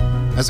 As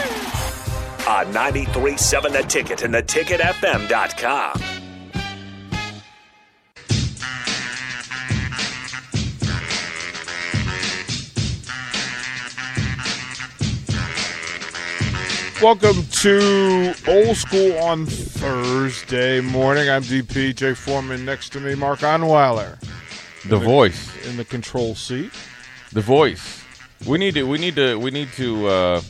On 93.7 The Ticket and theticketfm.com. Welcome to Old School on Thursday morning. I'm DP Jay Foreman. Next to me, Mark Onweiler The voice, in the control seat. the voice. We need to. We need to. We need to uh,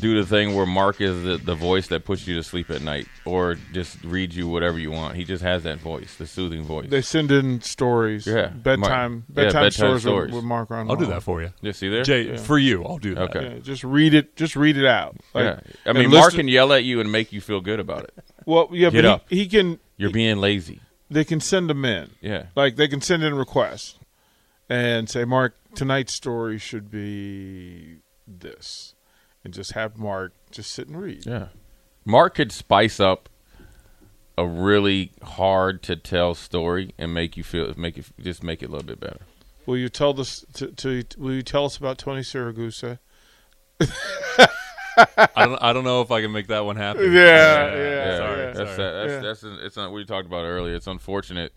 do the thing where Mark is the, the voice that puts you to sleep at night, or just read you whatever you want. He just has that voice, the soothing voice. They send in stories. Yeah, bedtime Mark- yeah, bedtime, bedtime stories, with- stories. With, Mark Onweiler. I'll do that for you. you see there? Jay, for you, I'll do that. Oh. Okay. Yeah, just read it. Just read it out. yeah. Like, I mean, and Mark listen- can yell at you and make you feel good about it. Well, yeah, Get but up. he, he can. You're being lazy. They can send them in. Yeah. Like they can send in requests and say, Mark, tonight's story should be this, and just have Mark just sit and read. Yeah. Mark could spice up a really hard to tell story and make you feel make it just make it a little bit better. Will you tell this? To, to, will you tell us about Tony Siragusa? I don't, I don't know if I can make that one happen. yeah, sorry, yeah. that's sorry. that's that's it's not we talked about earlier. It's unfortunate,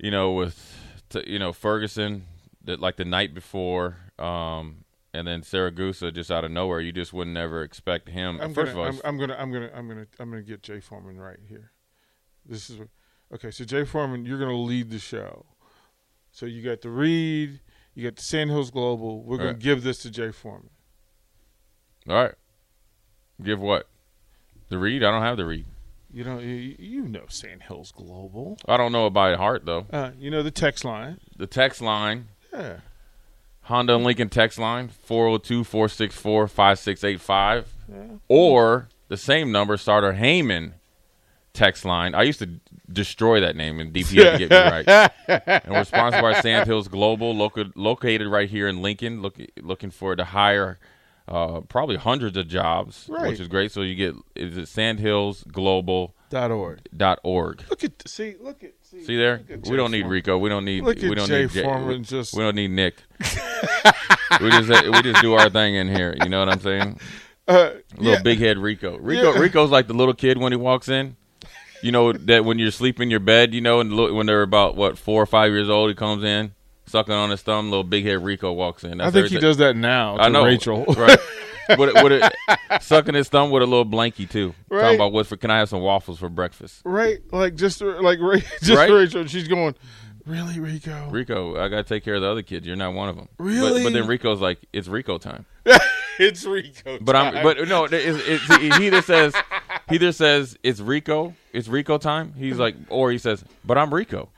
you know, with t- you know Ferguson that like the night before, um, and then Saragusa just out of nowhere. You just would never expect him. 1st gonna, of all, I'm, I'm gonna, I'm gonna, I'm gonna, I'm gonna get Jay Foreman right here. This is okay. So Jay Foreman, you're gonna lead the show. So you got the read, you got the Sand Hills Global. We're gonna Right. give this to Jay Foreman. all right, give what the read? I don't have the read. You know, you, you know Sand Hills Global. I don't know it by heart though. Uh, you know the text line. The text line Yeah. Honda and Lincoln text line 402-464-5685 or the same number starter Heyman text line. I used to destroy that name and DP had to get me right. And we're sponsored by Sand Hills Global, loca- located right here in Lincoln, look- looking for to hire uh, probably hundreds of jobs, Right. which is great. So you get is it sandhillsglobal.org. Dot org. Look at see. Look at see. See there? look at We Jay don't need Foreman. Rico. We don't need. Look at we don't Jay need Foreman we, just- we don't need Nick. we just uh, we just do our thing in here. You know what I'm saying? little big head Rico. Rico Uh, Yeah. Rico's like the little kid when he walks in. You know that when you're sleeping in your bed, you know, and lo- when they're about what four or five years old, he comes in sucking on his thumb. Little big head Rico walks in. I think he everything. does that now. To I know Rachel. right? With, a- with a, sucking his thumb with a little blankie too. Right. Talking about what for? Can I have some waffles for breakfast? Right, like just like Ra- just Right? Rachel, she's going. Really, Rico? Rico, I gotta take care of the other kids. You're not one of them. Really? But, but then Rico's like, it's Rico time. it's Rico. But I'm, but no, it's, it's, he he either says, he either says it's Rico, it's Rico time. He's like, or he says, but I'm Rico.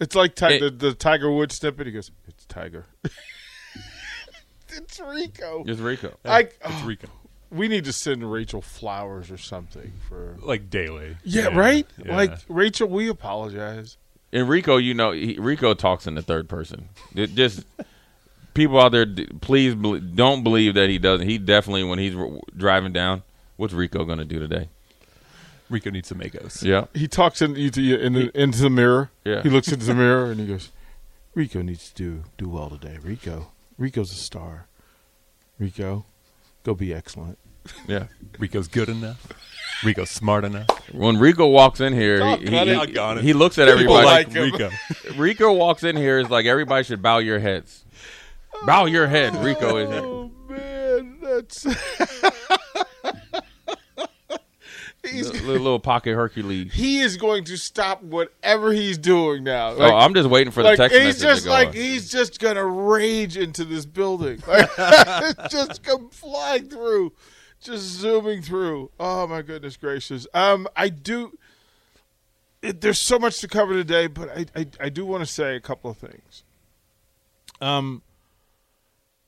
it's like ti- it- the, the Tiger Woods snippet. He goes, "It's Tiger." it's Rico. It's Rico. I, It's oh, Rico. we need to send Rachel flowers or something for. Like daily. Yeah, right. yeah. Like Rachel, we apologize. And Rico, you know, he, Rico talks in the third person. It just people out there, d- please bel don't believe that he doesn't. He definitely, when he's r- driving down, what's Rico gonna do today? Rico needs some Makos. Yeah. He talks into you to- in the, into the mirror. Yeah. He looks into the mirror and he goes, "Rico needs to do do well today. Rico, Rico's a star. Rico, go be excellent." Yeah. Rico's good enough. Rico's smart enough. When Rico walks in here, he, got he, it. I got he, it. he looks at People everybody. like Rico. Rico walks in here is like everybody should bow your heads. Bow your head, Rico is here. Oh man, that's little, little pocket Hercules. He is going to stop whatever he's doing now. Like, oh, I'm just waiting for like the text he's message just to go like off. he's just gonna rage into this building, like, it's just come flying through, just zooming through. Oh my goodness gracious! Um, I do. It, there's so much to cover today, but I I, I do want to say a couple of things. Um,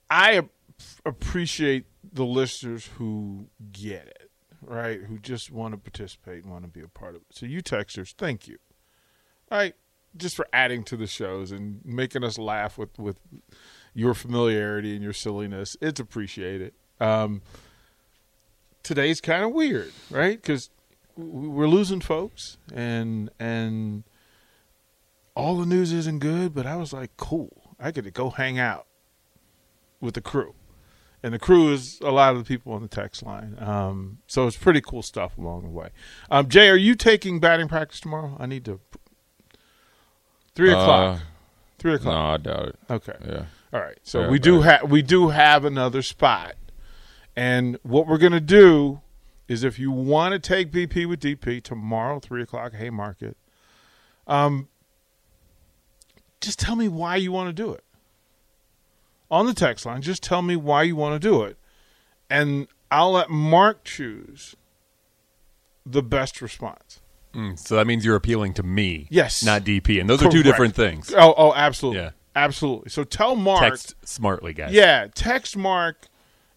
I ap- appreciate the listeners who get it, right? Who just want to participate and want to be a part of it. So you texters, thank you. All right, just for adding to the shows and making us laugh with with your familiarity and your silliness. It's appreciated. Um, today's kind of weird, right? Because we're losing folks, and and all the news isn't good. But I was like, cool, I get to go hang out with the crew. And the crew is a lot of the people on the text line. Um, so it's pretty cool stuff along the way. Um, Jay, are you taking batting practice tomorrow? I need to. Three Uh, o'clock. Three No, o'clock. I doubt it. Okay. Yeah. All right. So Yeah, we do have we do have another spot. And what we're gonna do is if you want to take BP with DP tomorrow, three o'clock, Haymarket, um just tell me why you want to do it. On the text line, just tell me why you want to do it. And I'll let Mark choose the best response. Mm, so that means you're appealing to me. Yes. Not DP. And those are two Correct. different things. Oh, oh, absolutely. Yeah. Absolutely. So tell Mark Text smartly, guys. Yeah, text Mark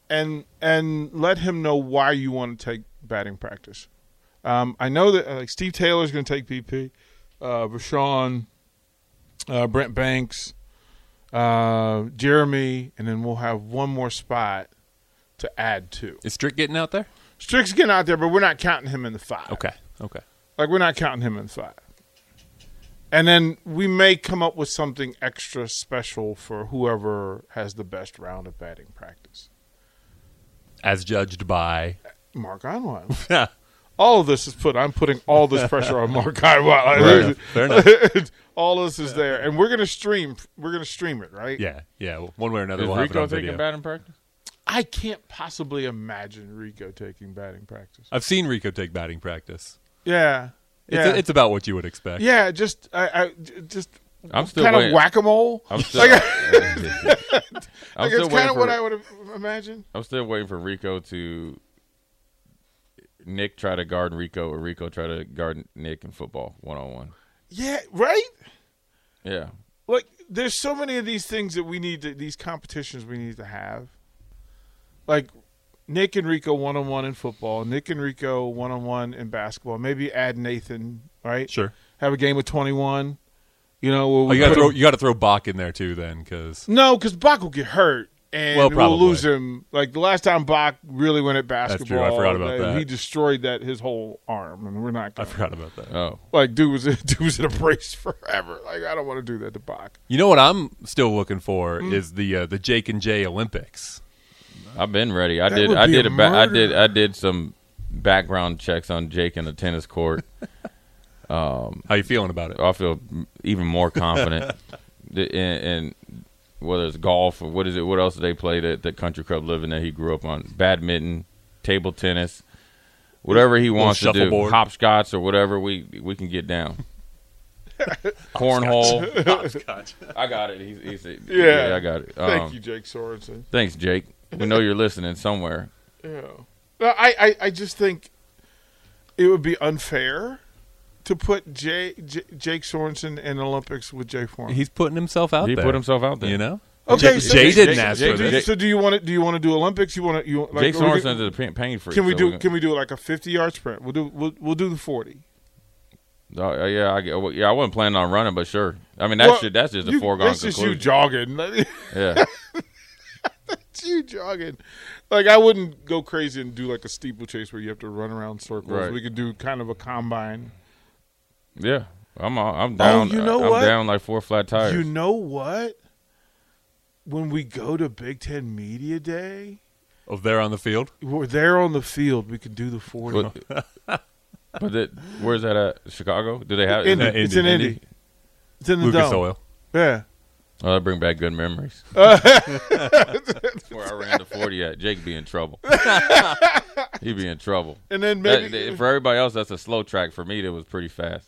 and and let him know why you want to take batting practice. Um, I know that uh, like Steve Taylor's going to take BP, uh, Rashawn, uh, Brent Banks, uh, Jeremy, and then we'll have one more spot to add to. Is Strick getting out there? Strick's getting out there, but we're not counting him in the five. Okay. Okay. Like we're not counting him in five. And then we may come up with something extra special for whoever has the best round of batting practice. As judged by. Mark Onwild. Yeah. all of this is put. I'm putting all this pressure on Mark Onwild. Right. Fair enough. all this is there, and we're gonna stream. We're gonna stream it, right? Yeah. Yeah. One way or another, Is we'll have it Rico on taking video. batting practice? I can't possibly imagine Rico taking batting practice. I've seen Rico take batting practice. Yeah. It's, Yeah. it's about what you would expect. yeah. Just I. I j- just. I'm still kind of waiting. whack a mole. I'm still. I'm Like still it's waiting kind of for. what I would have imagined. I'm still waiting for Rico to. Nick try to guard Rico, or Rico try to guard Nick in football one on one. Yeah. Right. Yeah. like there's so many of these things that we need to these competitions we need to have like nick and rico one-on-one in football nick and rico one-on-one in basketball maybe add nathan right Sure. have a game of 21 you know where Oh, we you got to put throw him- you got to throw Bach in there too, then, because no because bach will get hurt and Well, we'll lose probably. him like the last time bach really went at true. I basketball forgot about uh, that. he destroyed that his whole arm and we're not I gonna, forgot about that. Oh. like dude was dude was in a brace forever like i don't want to do that to bach You know what I'm still looking for Mm. is the uh, the Jake and Jay Olympics. I've been ready. I That did. would I be did. a A ba- I murder. did. I did some background checks on Jake in the tennis court. How you feeling about it? I feel even more confident. The- and, and whether it's golf or what is it? What else they played at the country club living that he grew up on? Badminton, table tennis, whatever he wants to do, shuffleboard. hopscotch or whatever we we can get down. Cornhole. I got it. He's, he's, yeah. I got it. thank Um, you jake sorensen Thanks, Jake. We know you're listening somewhere. Yeah. No, I, I, I just think it would be unfair to put Jay, J, Jake Sorensen in Olympics with Jay Foreman. He's putting himself out He there. put himself out there. You know. Okay, Jay, so- Jay didn't Jay- ask Jay- for Do you- this. Jay- so do you want to do you want to do Olympics? You want to you like, Jake are we Sorensen gonna- is a pain free. Can we so do we're can we do like a fifty yard sprint? We'll do we'll, we'll do the forty. gonna- uh, yeah, I, well, yeah, I wasn't planning on running, but sure. I mean, that's Well, ju- that's just a you- foregone That's just you conclusion. jogging. yeah, It's you jogging. Like I wouldn't go crazy and do like a steeplechase where you have to run around circles. Right. We could do kind of a combine. yeah. I'm all- I'm down. Oh, you know I'm what? down like four flat tires. You know what? When we go to Big Ten Media Day, Oh, they're on the field. we're there on the field. We can do the forty. But- but that, where's uh, that at? Chicago? Do they have? oh. Indy. is it It's in Indy. It's in the Lucas dome. Oil. Yeah. Oh, that bring back good memories. Where I ran the forty at, Jake be in trouble. He'd be in trouble. And then That- maybe that- for everybody else, that's a slow track. For me, that was pretty fast.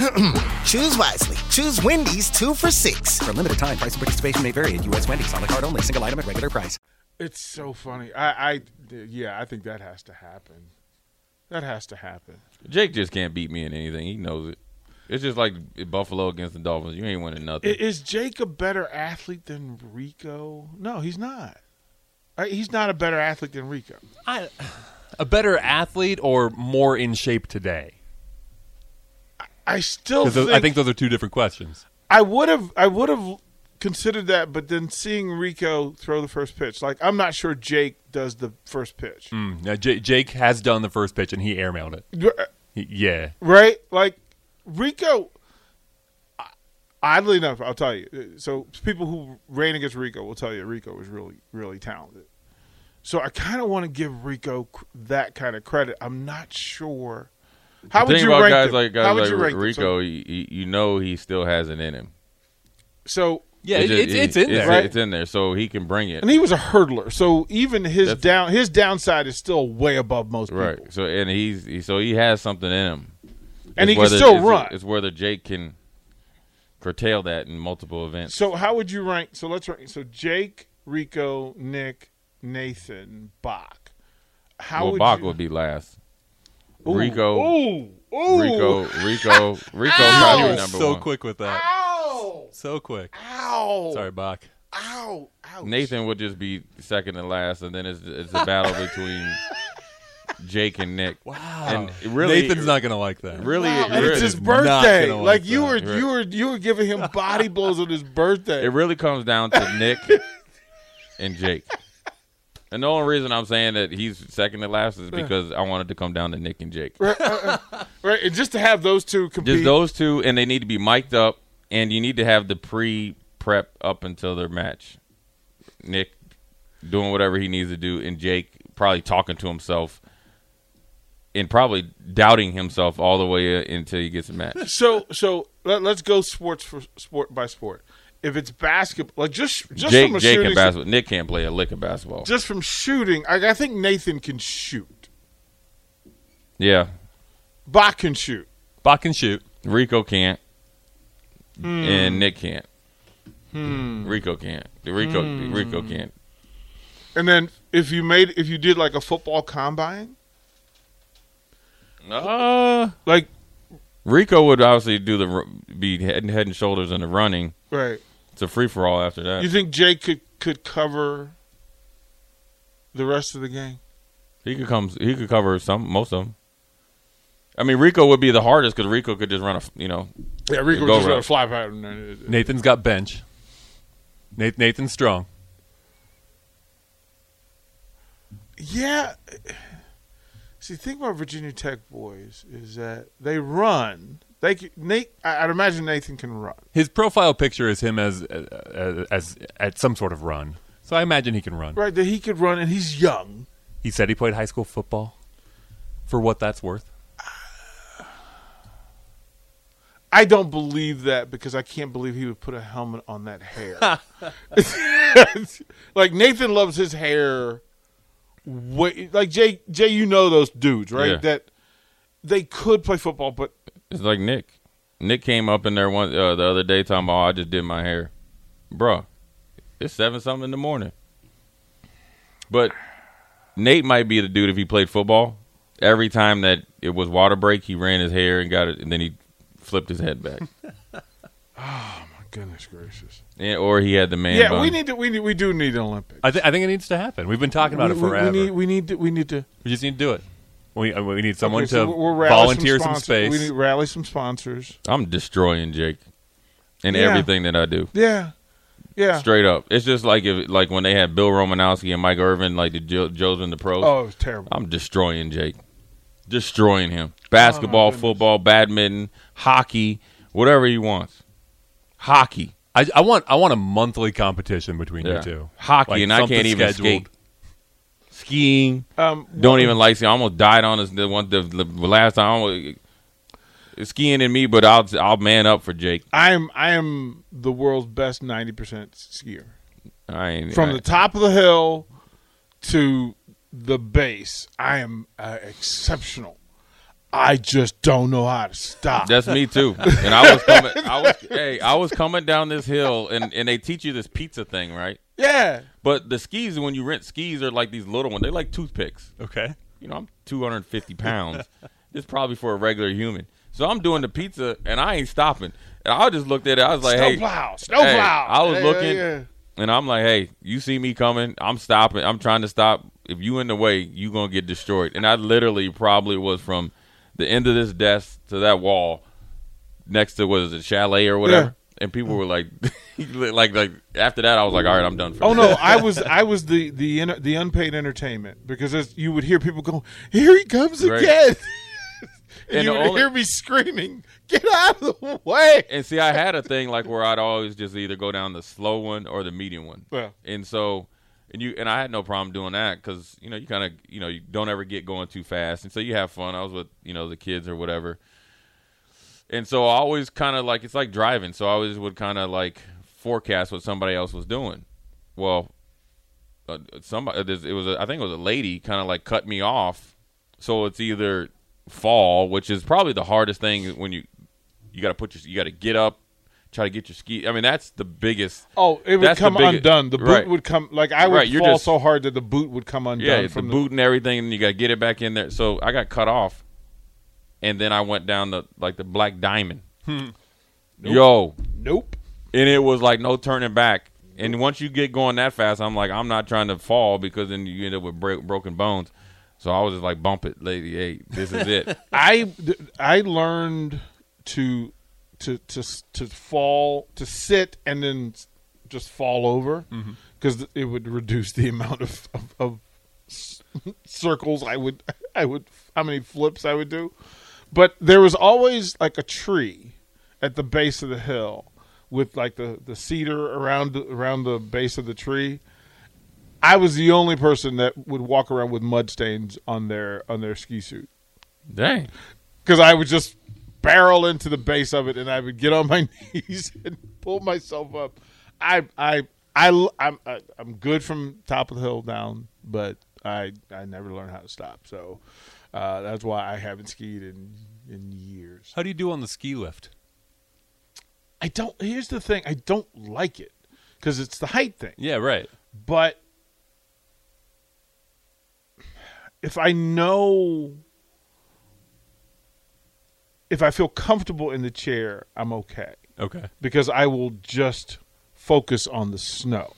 Choose wisely. Choose Wendy's two for six. For limited time, price and participation may vary at U.S. Wendy's on the card only, single item at regular price. it's so funny. I, I, yeah, I think that has to happen. That has to happen. Jake just can't beat me in anything. He knows it. It's just like Buffalo against the Dolphins. You ain't winning I- nothing. Is Jake a better athlete than Rico? No, he's not. I- He's not a better athlete than Rico. I, a better athlete or more in shape today? I still 'Cause think, tho- I think those are two different questions. I would have I would have considered that, but then seeing Rico throw the first pitch, like I'm not sure Jake does the first pitch, Mm, now, J- Jake has done the first pitch and he airmailed it. He- yeah, uh, right? Like Rico. Oddly enough, I'll tell you. uh, So people who ran against Rico will tell you Rico was really really talented. So I kind of want to give Rico c- that kind of credit. I'm not sure. How the would thing you about rank guys them? like guys How would like you rank them? Rico, he, he- you know he still has it in him. So, so yeah, It it, just- it's, it- it's in there. right? It's in there, so he can bring it. and he was a hurdler. So even his That's- down his downside is still way above most people. Right. So and he's he, so he has something in him, And It's he can whether- still it's, run. It's whether Jake can curtail that in multiple events. So how would you rank? So let's rank. So Jake, Rico, Nick, Nathan, Bach. How well, would Bach you, would be last. Ooh, Rico, Ooh, ooh, Rico, Rico, Rico, He probably was number so one. quick with that. Ow! So quick. Ow! Sorry, Bach. Ow! Ouch. Nathan would just be second and last, and then it's it's a battle between Jake and Nick. Wow. And really, Nathan's not going to like that. really, Wow, and it's really- his Not gonna birthday. like Like you that. were, Right. you were, you were giving him body blows on his birthday. It really comes down to Nick and Jake. And the only reason I'm saying that he's second to last is because I wanted to come down to Nick and Jake. right, and just to have those two Just compete. those two, and they need to be mic'd up, and you need to have the pre prep up until their match. Nick doing whatever he needs to do, and Jake probably talking to himself and probably doubting himself all the way uh, until he gets a match. so, so let, us go sports for sport by sport. If it's basketball, like just just Jake, from a Jake shooting and basketball. Nick can't play a lick of basketball. just from shooting, I, I think Nathan can shoot. yeah, Bach can shoot. Bach can shoot. Rico can't, Hmm. and Nick can't. Rico can't. Rico Rico Hmm. can't. And then if you made if you did like a football combine, Uh, like Rico would obviously do the ru- be head and head and shoulders in the running. right, It's a free for all after that. you think Jake could could cover the rest of the game? he could come. He could cover some most of them. I mean, Rico would be the hardest because Rico could just run a f- you know. Yeah, Rico Go was just route. gonna fly by. him. Nah, Nathan's got bench. Nath- Nathan's strong. Yeah. See, the thing about Virginia Tech boys is that they run. They can, Nate, I- I'd imagine Nathan can run. His profile picture is him as as, as at some sort of run. So I imagine he can run. Right, that he could run, and he's young. He said he played high school football. For what that's worth. I don't believe that because I can't believe he would put a helmet on that hair. like Nathan loves his hair. Way, like Jay, Jay, you know those dudes, right? Yeah. That they could play football, but It's like Nick. Nick came up in there one uh, the other day talking about oh, I just did my hair, Bruh, It's seven something in the morning. But Nate might be the dude if he played football. Every time that it was water break, he ran his hair and got it, and then he flipped his head back, my goodness gracious, and, or he had the man. yeah, bun. we need to, we need, we do need an Olympics. I, th- I think it needs to happen. We've been talking about we, it we- forever. We need, We, we need to, we need to just need to do it. We, uh, we need someone Okay, so to we're- we're rallying volunteer some, sponsors. space. We need to rally some sponsors. I'm destroying Jake and Yeah. everything that I do. Yeah, Yeah. Straight up, it's just like if like when they had Bill Romanowski and Mike Irvin, like the jo- Joes and the pros. Oh, it was terrible. I'm destroying Jake, destroying him. Oh, Basketball, football, badminton, hockey, whatever he wants. Hockey, I, I want I want a monthly competition between Yeah. you two. hockey, Like and I something can't even scheduled. skate. Skiing, Um, don't even like skiing. I almost died on this the one the, the last time. I almost- skiing in me, but I'll I'll man up for Jake. I'm I am the world's best ninety percent skier. I ain't, From I- the top of the hill to the base, I am uh, exceptional. I just don't know how to stop. That's me too. And I was coming. I was hey, I was coming down this hill, and and they teach you this pizza thing, right? yeah, But the skis, when you rent skis, are like these little ones. They're like toothpicks. Okay. You know, I'm 250 pounds. It's probably for a regular human. So I'm doing the pizza, and I ain't stopping. And I just looked at it. I was like, hey, snowplow, snowplow. Hey, I was Yeah, looking, yeah. and I'm like, hey, you see me coming? I'm stopping. I'm trying to stop. If you in the way, you gonna get destroyed. And I literally probably was from the end of this desk to that wall next to what is it, chalet or whatever. And people were like, like, like after that, I was like, all right, I'm done. For Oh the no, day. I was I was the the inter, the unpaid entertainment because as you would hear people go, "Here he comes Right. again," and And you the would only- hear me screaming, "Get out of the way!" and see, I had a thing like where I'd always just either go down the slow one or the medium one. Yeah. And so, and you and I had no problem doing that because you know you kind of you know you don't ever get going too fast, and so you have fun. I was with you know the kids or whatever, and so I always kind of like it's like driving. So I always would kind of like forecast what somebody else was doing. Well, uh, somebody there's- it was a, I think it was a lady kind of like cut me off. So it's either fall, which is probably the hardest thing when you you got to put your you got to get up, try to get your ski. I mean that's the biggest. Oh, it would that's the come biggest- undone. The boot right. would come like I would Right, you're fall just- so hard that the boot would come undone Yeah, the from boot and everything, and you got to get it back in there. So I got cut off, and then I went down the like the black diamond. Hmm. Yo, Nope. and it was like no turning back. And once you get going that fast, I'm like, I'm not trying to fall because then you end up with break, broken bones. So I was just like, bump it, lady. Hey, this is it. I th- I learned to to to s- to fall to sit and then s- just fall over because it would reduce the amount of of, of s- circles I would I would how many flips I would do, but there was always like a tree at the base of the hill with like the the cedar around the, around the base of the tree. I was the only person that would walk around with mud stains on their on their ski suit Dang. because I would just barrel into the base of it, and I would get on my knees and pull myself up. I I I I'm I- I'm good from top of the hill down, but I I never learned how to stop. So uh, that's why I haven't skied in in years. How do you do on the ski lift? I don't. Here's the thing: I don't like it because it's the height thing. Yeah, right. but if I know if I feel comfortable in the chair, I'm okay Okay. because I will just focus on the snow,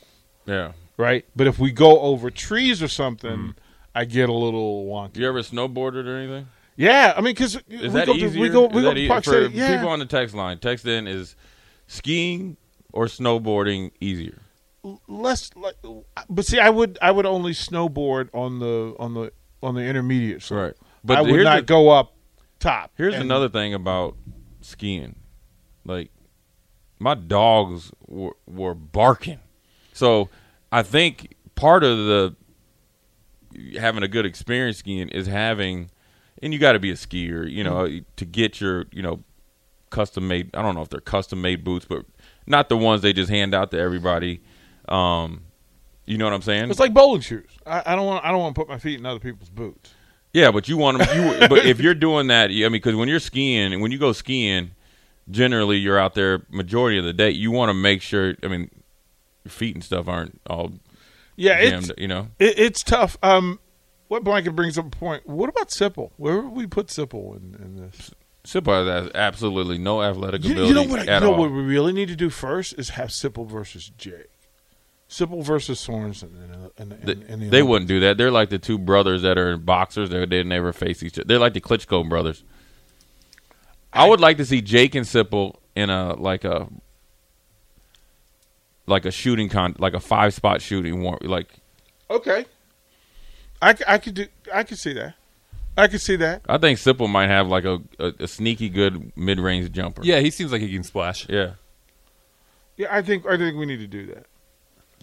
Yeah. right? But if we go over trees or something, Mm. I get a little wonky. You ever snowboarded or anything? Yeah, I mean, because we Is that go, easier? we go, we Is go that to ea- Park for City. Yeah. people on the text line? Text in is skiing or snowboarding easier? less like, but see i would i would only snowboard on the on the on the intermediate slope. Right. but But i would here's not the- go up top Here's And- another thing about skiing. Like, my dogs were, were barking. So I think part of the having a good experience skiing is having, and you got to be a skier, you know, Mm-hmm. to get your, you know, custom made. I don't know if they're custom made boots, but not the ones they just hand out to everybody. Um, you know what I'm saying? it's like bowling shoes i, I don't want i don't want to put my feet in other people's boots Yeah, but you want them. You, but if you're doing that, you- I mean, because when you're skiing, when you go skiing, generally you're out there majority of the day. You want to make sure. I mean, your feet and stuff aren't all yeah it's jammed. You know, it, it's tough um what blanket brings up a point what about sipple where would we put sipple in, in this Sipa has absolutely no athletic you, ability you know what I, you at know all. what we really need to do first is have sipple versus jake sipple versus sorensen in, in, in, They, in, the they Olympics. wouldn't do that. They're like the two brothers that are boxers. They they never face each other. They're like the Klitschko brothers. I, would like to see Jake and Sipple in a like a like a shooting con, like a five spot shooting war, like Okay. I, c- I could do. I could see that. I could see that. I think Sipple might have like a, a, a sneaky good mid range jumper. Yeah, he seems like he can splash. yeah. Yeah, I think. I think we need to do that.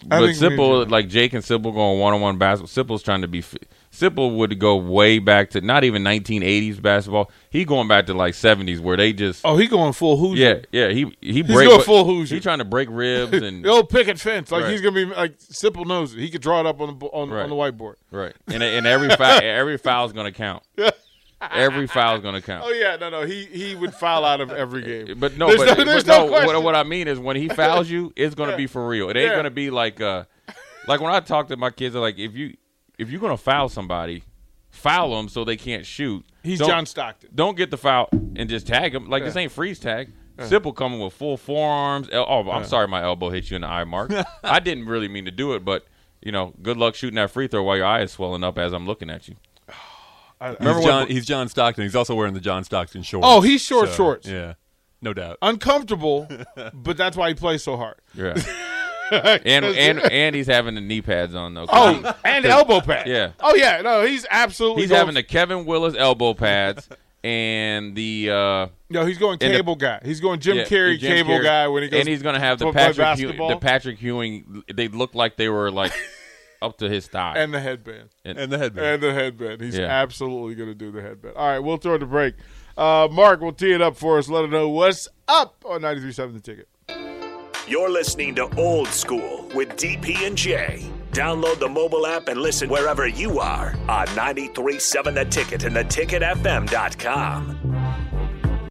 I But think we need to do Sipple, that. like Jake and Sipple going one on one basketball. Sipple's trying to be. fi- Sipple would go way back to not even 1980s basketball. He going back to like 70s where they just. Oh, he going full who's Yeah, yeah. He he He's break. going full Hoosier. He trying to break ribs and The old picket fence. Like Right. he's gonna be like simple knows it. He could draw it up on the bo- on, Right. on the whiteboard. right. And and every foul every foul's gonna count. Every foul's gonna count. Oh yeah, no, no. He he would foul out of every game. Uh, But no, There's but, no- there's but no, no what, question. what I mean is when he fouls you, it's gonna be for real. It ain't Yeah. gonna be like uh, like when I talk to my kids, they're like if you if you're gonna foul somebody, foul them so they can't shoot. He's Don't- John Stockton. Don't get the foul and just tag him. Like this ain't freeze tag. Simple coming with full forearms. El- oh, I'm sorry, my elbow hit you in the eye mark. I didn't really mean to do it, but you know, good luck shooting that free throw while your eye is swelling up as I'm looking at you. I- I- He's John, he's John Stockton. He's also wearing the John Stockton shorts. oh, he's short shorts. Yeah, no doubt. Uncomfortable, but that's why he plays so hard. Yeah. and and and he's having the knee pads on though. 'cause he- Oh, and elbow pad. Yeah. Oh yeah, no, he's absolutely. He's going- having the Kevin Willis elbow pads and the uh, No, he's going and the- cable guy. He's going Jim yeah, Carrey the Jim cable Carrey. guy when he goes. and he's gonna have the to play Patrick Hew- basketball. the Patrick Ewing. They look like they were like up to his thigh. and the headband. And the headband. And the headband. He's Yeah. absolutely going to do the headband. All right, we'll throw it to break. Uh, Mark will tee it up for us. Let him know what's up on 93.7 The Ticket. You're listening to Old School with DP and J. Download the mobile app and listen wherever you are on 937 The Ticket and theticketfm.com.